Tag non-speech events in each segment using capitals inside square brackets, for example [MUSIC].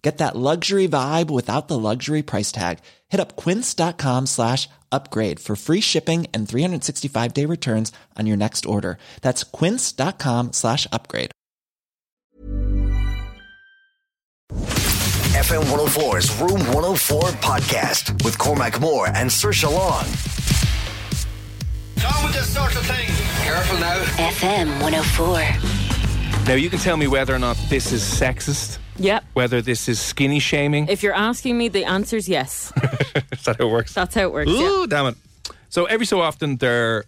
Get that luxury vibe without the luxury price tag. Hit up quince.com slash upgrade for free shipping and 365-day returns on your next order. That's quince.com slash upgrade. FM 104's Room 104 podcast with Cormac Moore and Sir Long. Done with this sort of thing. Careful now. FM 104. Now you can tell me whether or not this is sexist, Yep. whether this is skinny shaming. If you're asking me, the answer's yes. Is that how it works? That's how it works. yeah. Ooh, damn it! So every so often, there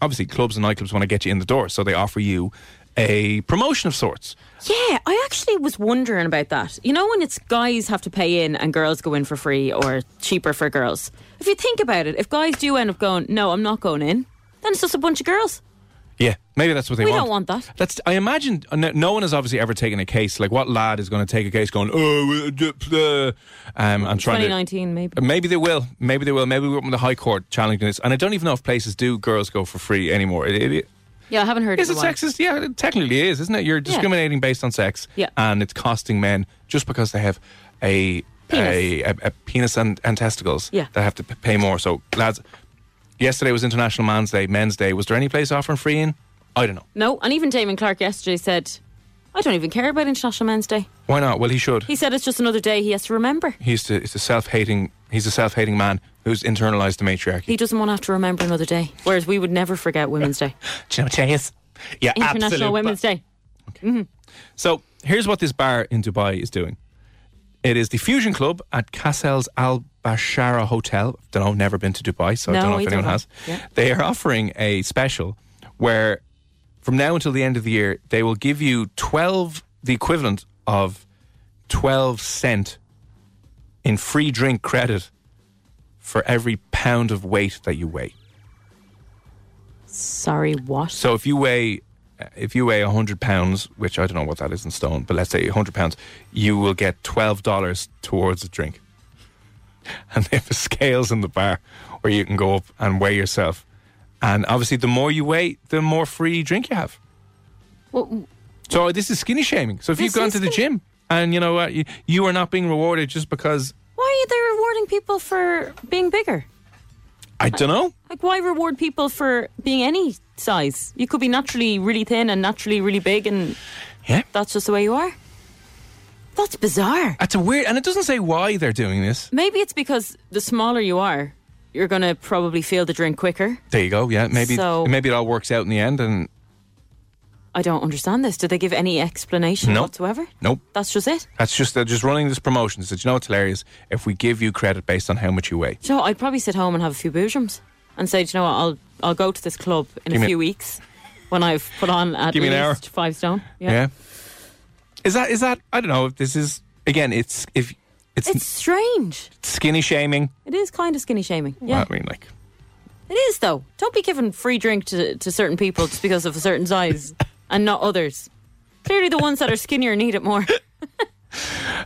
obviously clubs and nightclubs want to get you in the door, so they offer you a promotion of sorts. Yeah, I actually was wondering about that. You know, when it's guys have to pay in and girls go in for free or cheaper for girls. If you think about it, if guys do end up going, no, I'm not going in, then it's just a bunch of girls. Yeah, maybe that's what they We want. don't want that. That's. I imagine uh, no, no one has obviously ever taken a case like what lad is going to take a case going oh uh, d- uh, um, and trying to Uh, 2019, maybe. Maybe they will. Maybe they will. Maybe we're up in the High Court challenging this. And I don't even know if places do girls go for free anymore. It, it, it, Yeah, I haven't heard is of it sexist? Yeah, it technically is, isn't it? You're discriminating based on sex. Yeah. And it's costing men just because they have a A, a, a penis and, and testicles. Yeah. They have to p- pay more. So, lads, yesterday was International Man's Day, Men's Day. Was there any place offering free in? I don't know. No, and even Damon Clark yesterday said, I don't even care about International Men's Day. Why not? Well, he should. He said it's just another day he has to remember. He's the, it's a self-hating. He's a self-hating man who's internalized the matriarchy. He doesn't want to have to remember another day, whereas we would never forget Women's Day, Do you know what day is? Yeah, International absolute Women's bu- Day. So here's what this bar in Dubai is doing. It is the Fusion Club at Cassel's Al Bashara Hotel. Don't know, never been to Dubai, so I don't No, know if either anyone have has. I. Yeah. They are offering a special where from now until the end of the year, they will give you 12, the equivalent of 12 cent in free drink credit for every pound of weight that you weigh. Sorry, what? So if you weigh if you weigh 100 pounds, which I don't know what that is in stone, but let's say 100 pounds, you will get $12 towards a drink. [LAUGHS] And they have scales in the bar where you can go up and weigh yourself. And obviously, the more you weigh, the more free drink you have. Well, So this is skinny shaming. So if you've This gone is to the skinny- gym and you know what, you, you are not being rewarded just because Why are they rewarding people for being bigger? I don't know. Like, why reward people for being any size? You could be naturally really thin and naturally really big, and Yeah. that's just the way you are. That's bizarre. That's a weird, and it doesn't say why they're doing this. Maybe it's because the smaller you are, you're going to probably feel the drink quicker. There you go. Yeah, maybe So- maybe it all works out in the end. And I don't understand this. Do they give any explanation No. whatsoever? nope, That's just it. That's just they're just running this promotion. So do you know what's hilarious? If we give you credit based on how much you weigh, So I'd probably sit home and have a few boojums and say, Do you know what? I'll I'll go to this club in Give me- a few weeks when I've put on at Give me least an hour. five stone. yeah. Is that is that? I don't know if this is again. It's if it's, It's strange. skinny shaming. It is kind of skinny shaming. Yeah. I mean, like It is though. Don't be giving free drink to, to certain people just because of a certain size and not others. Clearly, the ones that are skinnier need it [LAUGHS] more.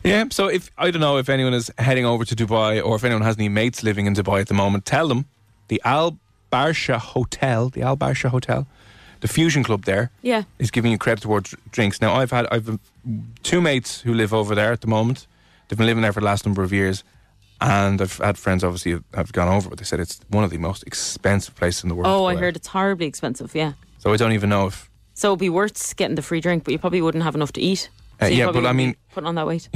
yeah. So if I don't know if anyone is heading over to Dubai or if anyone has any mates living in Dubai at the moment, tell them the Al Barsha Hotel, the Al Barsha Hotel, the Fusion Club there is Yeah. giving you credit towards dr- drinks. Now I've had I've two mates who live over there at the moment. They've been living there for the last number of years. And I've had friends, obviously, who have gone over, but they said it's one of the most expensive places in the world. Oh, to I go heard out. it's horribly expensive. Yeah. So I don't even know if. [LAUGHS] So it'd be worth getting the free drink, but you probably wouldn't have enough to eat. Uh, So you yeah, probably but I wouldn't be mean- putting on that weight.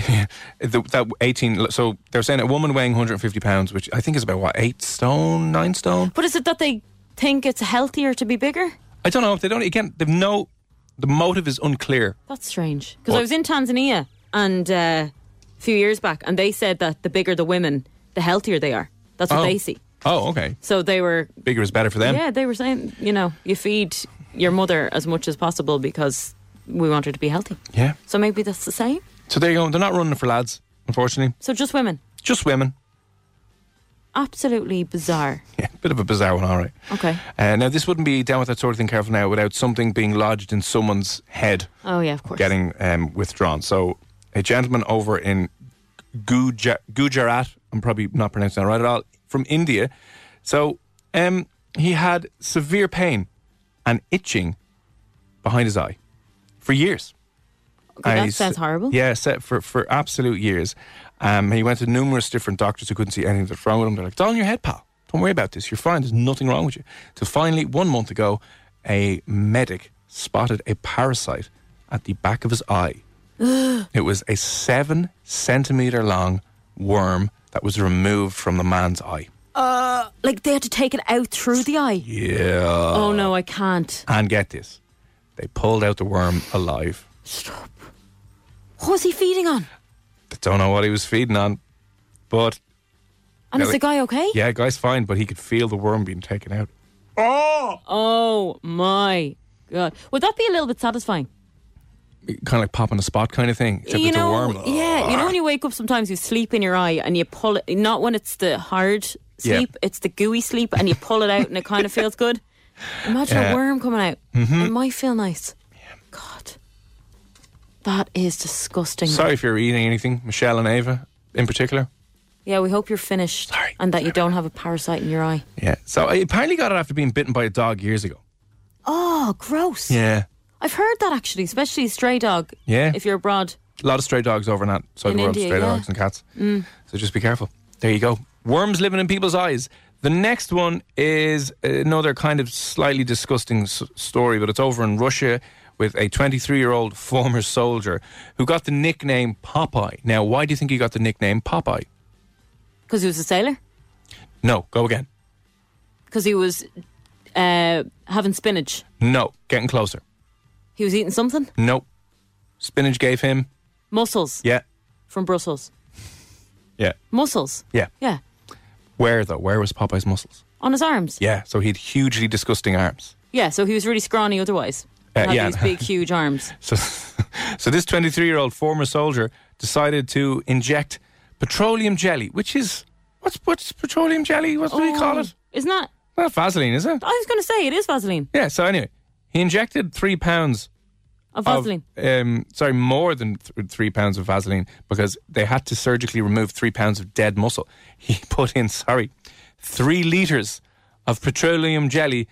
The, that 18. So they're saying a woman weighing 150 pounds, which I think is about, what, eight stone, nine stone? But is it that they think it's healthier to be bigger? I don't know if they don't. Again, they've no. The motive is unclear. That's strange. Because I What? was in Tanzania and uh, a few years back, and they said that the bigger the women, the healthier they are. That's what Oh. they see. Oh, okay. So they were, Bigger is better for them. yeah, they were saying, you know, you feed your mother as much as possible because we want her to be healthy. Yeah. So maybe that's the same. So there you go. They're not running for lads, unfortunately. So just women. Just women. [LAUGHS] Absolutely bizarre. Yeah, bit of a bizarre one, all right. Okay. Uh, now, this wouldn't be down with that sort of thing, careful now, without something being lodged in someone's head Oh, yeah, of course. getting um, withdrawn. So, a gentleman over in Guja- Gujarat, I'm probably not pronouncing that right at all, from India. So, um, he had severe pain and itching behind his eye for years. Okay, And that he's- sounds horrible. Yeah, set for, for absolute years. Um, he went to numerous different doctors who couldn't see anything that's wrong with him. They're like, it's all in your head, pal. Don't worry about this. You're fine. There's nothing wrong with you. Till finally, one month ago, a medic spotted a parasite at the back of his [GASPS] eye. it was a seven centimeter long worm that was removed from the man's eye. Like they had to take it out through the eye. Yeah. Oh, no, I can't. And get this they pulled out the worm alive. Stop. What was he feeding on? They don't know what he was feeding on, but And No, is it- the guy okay? Yeah, guy's fine, but he could feel the worm being taken out. Oh my god! Would that be a little bit satisfying? Kind of like popping a spot kind of thing. Except you it's know, a worm. yeah. You know, when you wake up, sometimes you sleep in your eye and you pull it. Not when it's the hard Yeah. sleep; it's the gooey sleep, and you pull it out, and it kind of feels good. Imagine Yeah. Mm-hmm. a worm coming out. It might feel nice. God, that is disgusting. Sorry if you're eating anything, Michelle and Ava in particular. Yeah, we hope you're finished Sorry. and that you don't have a parasite in your eye. Yeah. So I apparently got it after being bitten by a dog years ago. Oh, gross! Yeah. I've heard that actually, especially stray dog. Yeah. if you're abroad. A lot of stray dogs over in that side In of the world, India, stray yeah. Mm. dogs and cats. So just be careful. There you go. Worms living in people's eyes. The next one is another kind of slightly disgusting s- story, but it's over in Russia with a 23 year old [LAUGHS] former soldier who got the nickname Popeye. Now, why do you think he got the nickname Popeye? Because he was a sailor. No, go again. Because he was uh, having spinach. No, getting closer. He was eating something. Nope. Spinach gave him. Mussels Yeah. from Brussels. Yeah. Mussels. Yeah. Yeah. Where though? Where was Popeye's muscles? On his arms. Yeah. So he had hugely disgusting arms. Yeah, so he was really scrawny otherwise. Uh, had yeah. these big, huge arms. So, so this 23 year old former soldier decided to inject petroleum jelly, which is what's what's petroleum jelly? [LAUGHS] What do we call Oh, it? Isn't that? Not Vaseline, is it? I was going to say it is Vaseline. Yeah. So anyway, he injected three pounds Of of, Oh, Vaseline. um, sorry, more than th- three pounds of Vaseline because they had to surgically remove three pounds of dead muscle. [LAUGHS] He put in, sorry, three liters of petroleum jelly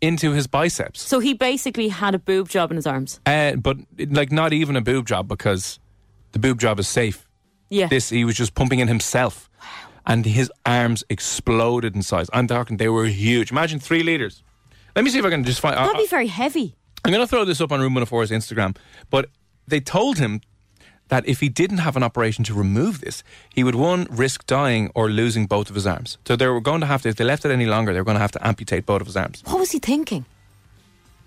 into his biceps. So he basically had a boob job in his arms. Uh, but like, not even a boob job because the boob job is safe. Yeah. This he was just pumping in himself, and his arms exploded in size. I'm talking; they were huge. Imagine three liters. Let me see if I can just find. I- That'd be very heavy. I'm going to throw this up on Room 104's Instagram, but they told him that if he didn't have an operation to remove this, he would one risk dying or losing both of his arms. So they were going to have to, if they left it any longer, they were going to have to amputate both of his arms. What was he thinking?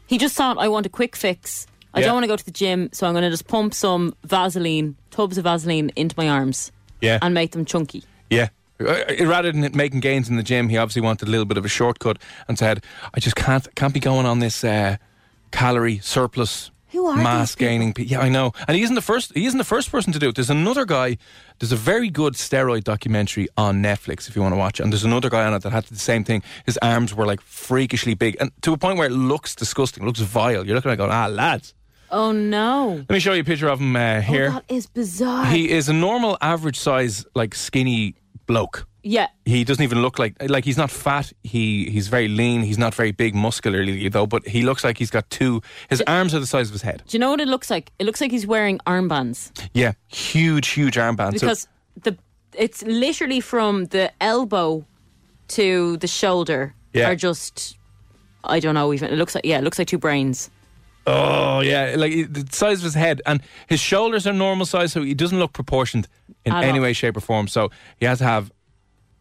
He just thought, I want a quick fix. I Yeah. don't want to go to the gym, so I'm going to just pump some Vaseline, tubs of Vaseline into my arms Yeah, and make them chunky. yeah. Uh, Rather than making gains in the gym, he obviously wanted a little bit of a shortcut and said, "I just can't can't be going on this uh, calorie surplus." Who are these mass people? gaining? pe- Yeah, I know, and he isn't the first. He isn't the first person to do it. There's another guy. There's a very good steroid documentary on Netflix if you want to watch it. And there's another guy on it that had the same thing. His arms were like freakishly big, and to a point where it looks disgusting, looks vile. You're looking at it going, ah, lads. Oh no. Let me show you a picture of him uh, Oh, here. that is bizarre. he is a normal, average size, like skinny bloke yeah. he doesn't even look like like he's not fat. He he's very lean. He's not very big muscularly though, but he looks like he's got two. His arms are the size of his head. Do you know what it looks like? It looks like he's wearing armbands Yeah, huge huge armbands. because the it's literally from the elbow to the shoulder Yeah. are just I don't know even. It looks like yeah, it looks like two brains. so, oh yeah, like he- the size of his head, and his shoulders are normal size, so he doesn't look proportioned in At any all. way, shape, or form. So he has to have.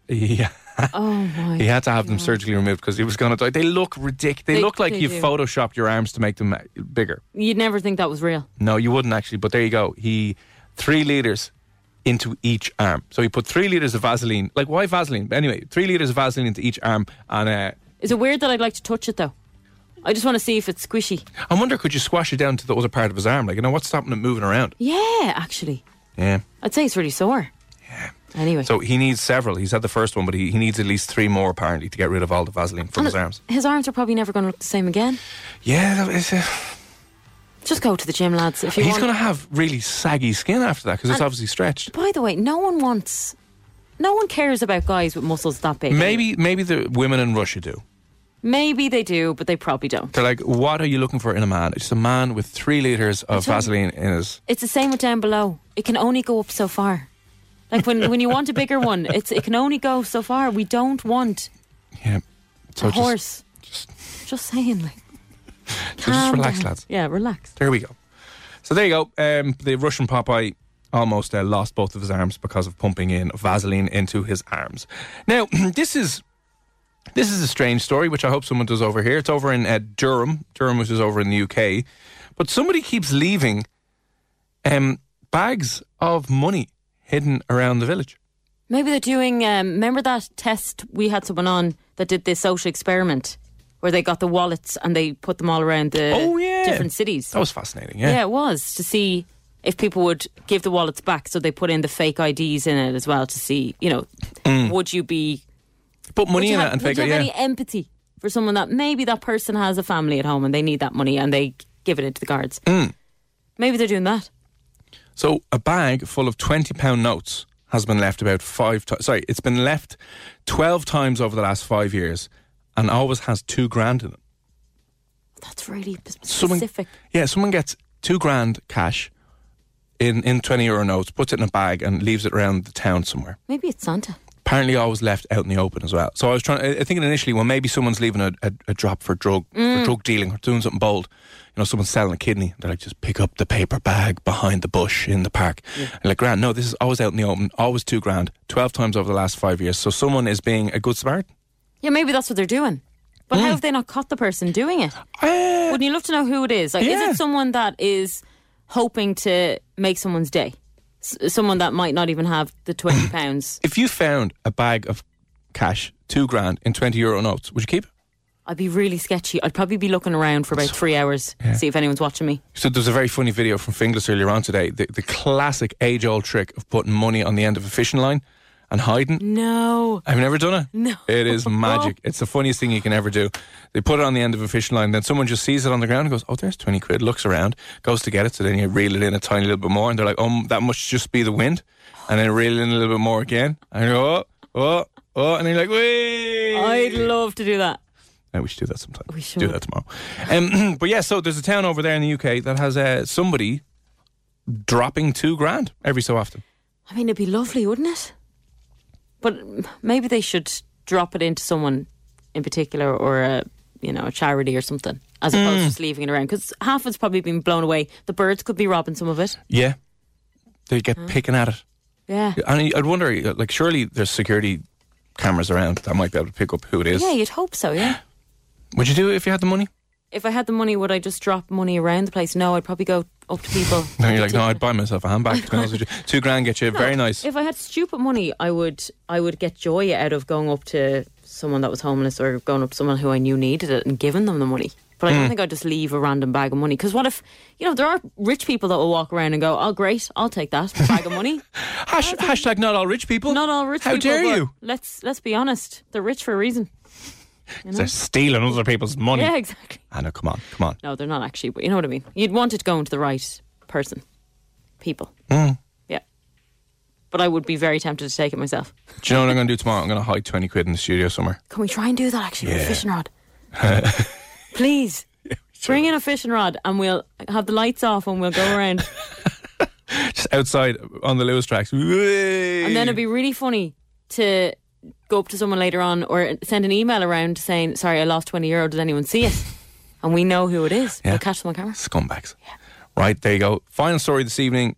Yeah. [LAUGHS] Oh my. He had to have them surgically removed because he was going to die. They look ridiculous. They, They- look like they you do. photoshopped your arms to make them uh, bigger. You'd never think that was real. No, you wouldn't actually. But there you go. He three liters into each arm. So he put three liters of Vaseline. Like why Vaseline? But anyway, three liters of Vaseline into each arm. And uh, Is it weird that I'd like to touch it though? I just want to see if it's squishy. I wonder, could you squash it down to the other part of his arm? Like you know, what's stopping it moving around? Yeah, actually, Yeah. I'd say it's really sore. Yeah. Anyway. So he needs several. He's had the first one, but he, he needs at least three more apparently to get rid of all the Vaseline from his And arms. His arms are probably never going to look the same again. Yeah, that is, uh, Just go to the gym, lads. If you he's want. going to have really saggy skin after that because it's obviously stretched. By the way, no one wants, no one cares about guys with muscles that big. eh? Maybe maybe the women in Russia do. Maybe they do, but they probably don't. They're like, what are you looking for in a man? It's just a man with three liters of That's right. Vaseline in his. It's the same with down below. It can only go up so far. Like when, when you want a bigger one, it's it can only go so far. We don't want Yeah. So a just, horse. Just, saying, like so just calm relax, down. lads. Yeah, relax. There we go. So there you go. Um, the Russian Popeye almost uh, lost both of his arms because of pumping in Vaseline into his arms. Now [CLEARS THROAT] this is this is a strange story, which I hope someone does over here. It's over in uh, Durham, Durham, which is over in the UK, but somebody keeps leaving um, bags of money hidden around the village. Maybe they're doing. Um, remember that test we had someone on that did this social experiment where they got the wallets and they put them all around the Oh, yeah. Uh, different cities. That was fascinating. Yeah, it was to see if people would give the wallets back. So they put in the fake IDs in it as well to see, you know, Mm. would you be Put would money you in have, it and would figure, you have yeah. any empathy for someone that maybe that person has a family at home and they need that money and they give it into the guards? Mm. Maybe they're doing that. So a bag full of twenty pound notes has been left about five. To- sorry, it's been left twelve times over the last five years, and always has two grand in it. That's really p- Someone- specific. yeah, someone gets two grand cash in in twenty euro notes, puts it in a bag, and leaves it around the town somewhere. Maybe it's Santa. Apparently, always left out in the open as well. So I was trying. I I thinking initially, well, maybe someone's leaving a, a, a drop for drug for drug dealing or doing something bold. You know, someone's selling a kidney. They're like, just pick up the paper bag behind the bush in the park. And like, grand. No, this is always out in the open. Always two grand. Twelve times over the last five years. So someone is being a good Samaritan. Yeah, maybe that's what they're doing. But Mm. how have they not caught the person doing it? Eh, Wouldn't you love to know who it is? Like, Yeah. is it someone that is hoping to make someone's day? S- someone that might not even have [COUGHS] the twenty pounds. if you found a bag of cash, two grand in twenty euro notes, would you keep it? I'd be really sketchy. I'd probably be looking around for about three hours, see if anyone's watching me. So there's a very funny video from Finglas earlier on today. The, the classic age-old trick of putting money on the end of a fishing line and hiding. No, I've never done it. No. It is magic. It's the funniest thing you can ever do. They put it on the end of a fishing line, then someone just sees it on the ground and goes, Oh, there's 20 quid, looks around, goes to get it. So then you reel it in a tiny little bit more, and they're like, Oh, that must just be the wind. And then reel it in a little bit more again. And you go, Oh, oh, oh. And then you're like, Wee! I'd love to do that. Yeah, we should do that sometime. We Oh. should. do that tomorrow. Um, [CLEARS THROAT] but yeah, so there's a town over there in the UK that has uh, somebody dropping two grand every so often. I mean, it'd be lovely, wouldn't it? But mm, maybe they should drop it into someone in particular, or a you know a charity or something, as opposed Hmm. to just leaving it around. Because half of it's probably been blown away. The birds could be robbing some of it. Yeah, they get Hmm. picking at it. Yeah, And I'd wonder, like, surely there's security cameras around that might be able to pick up who it is. yeah, you'd hope so. Yeah. Would you do it if you had the money? if I had the money, would I just drop money around the place? No, I'd probably go up to people. [LAUGHS] No, you're like, no, I'd buy myself a handbag. To be honest with you. Two grand get you very nice. If I had stupid money, I would I would get joy out of going up to someone that was homeless or going up to someone who I knew needed it and giving them the money. But I Hmm. don't think I'd just leave a random bag of money because what if you know there are rich people that will walk around and go, "Oh, great, I'll [LAUGHS] take that bag of money." Hash, hashtag not all rich people. Not all rich. How people, dare but you? Let's let's be honest. They're rich for a reason. They're stealing other people's money. Yeah, exactly. I know. Come on, come on. No, they're not actually, but you know what I mean. You'd want it going to the right person, people. Hmm. Yeah. But I would be very tempted to take it myself. Do you know what I'm going to do tomorrow? I'm going to hide twenty quid in the studio somewhere. Can we try and do that actually with a fishing rod? Please. Bring in a fishing rod and we'll have the lights off and we'll go around. Just outside on the Lewis tracks. and then it'd be really funny to go up to someone later on or send an email around saying, Sorry, I lost 20 euro. Did anyone see it? And we know who it is. Yeah. We'll catch them on camera. scumbags. Right, there you go. Final story this evening.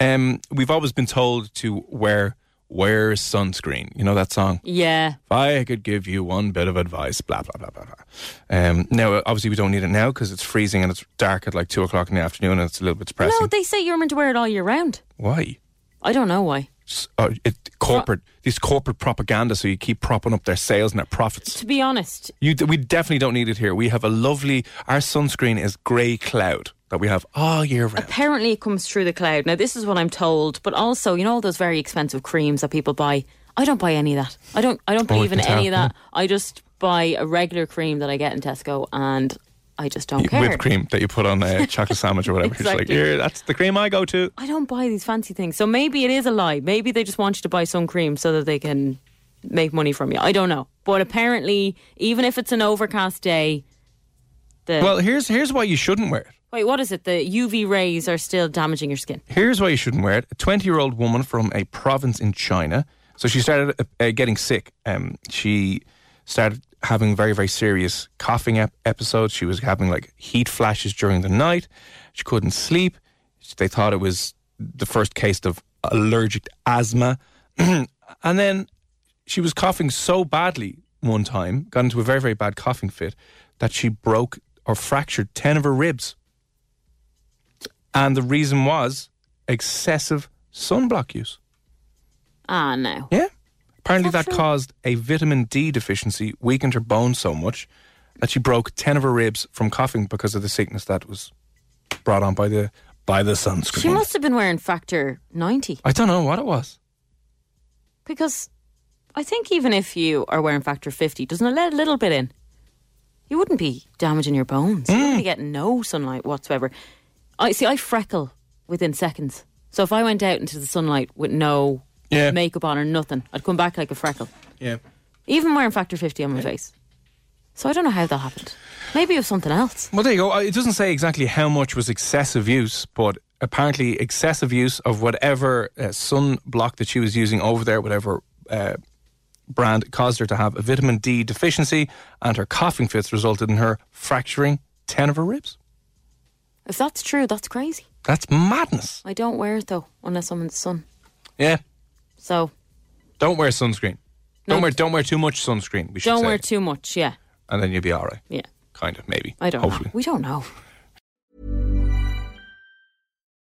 Um, we've always been told to wear wear sunscreen. You know that song? Yeah. If I could give you one bit of advice, blah, blah, blah, blah, blah. Um, now, obviously, we don't need it now because it's freezing and it's dark at like two o'clock in the afternoon and it's a little bit depressing. No, they say you're meant to wear it all year round. Why? I don't know why. S- Uh, it, corporate, these corporate propaganda, so you keep propping up their sales and their profits. To be honest, You, d- we definitely don't need it here. We have a lovely, our sunscreen is grey cloud that we have all year round. apparently it comes through the cloud. Now, this is what I'm told, but also, you know, all those very expensive creams that people buy. I don't buy any of that. I don't. I don't Oh, I believe can in any of tell. that. I just buy a regular cream that I get in Tesco, and I just don't care. Whipped cream that you put on a chocolate sandwich or whatever. It's like, Exactly. yeah, that's the cream I go to. I don't buy these fancy things. So maybe it is a lie. Maybe they just want you to buy sun cream so that they can make money from you. I don't know. But apparently, even if it's an overcast day, the Well, here's here's why you shouldn't wear it. wait, what is it? The UV rays are still damaging your skin. Here's why you shouldn't wear it. A 20 year old woman from a province in China. So she started uh, uh, getting sick. Um, she started having very, very serious coughing ep- episodes. She was having like heat flashes during the night. She couldn't sleep. They thought it was the first case of allergic asthma. [CLEARS THROAT] and then she was coughing so badly one time, got into a very, very bad coughing fit, that she broke or fractured 10 of her ribs. And the reason was excessive sunblock use. Ah, no. Yeah. Apparently, That's that true. caused a vitamin D deficiency, weakened her bones so much that she broke 10 of her ribs from coughing because of the sickness that was brought on by the by the sunscreen. She must have been wearing factor 90 I don't know what it was. because I think even if you are wearing factor 50, doesn't it let a little bit in? You wouldn't be damaging your bones. You Mm. wouldn't be getting no sunlight whatsoever. I see, I freckle within seconds. So if I went out into the sunlight with no Yeah. makeup on or nothing, I'd come back like a freckle. Yeah. Even wearing factor 50 on my face. So I don't know how that happened. Maybe it was something else. Well, there you go. Uh, It doesn't say exactly how much was excessive use, but apparently excessive use of whatever uh, sunblock that she was using over there, whatever uh, brand, caused her to have a vitamin D deficiency, and her coughing fits resulted in her fracturing 10 of her ribs. If that's true, that's crazy. That's madness. I don't wear it though, unless I'm in the sun. Yeah. So Don't wear sunscreen. Don't No. wear don't wear too much sunscreen. We should don't say. wear too much. Yeah. and then you'll be all right. Yeah. Kind of, maybe. I don't Hopefully. know. We don't know.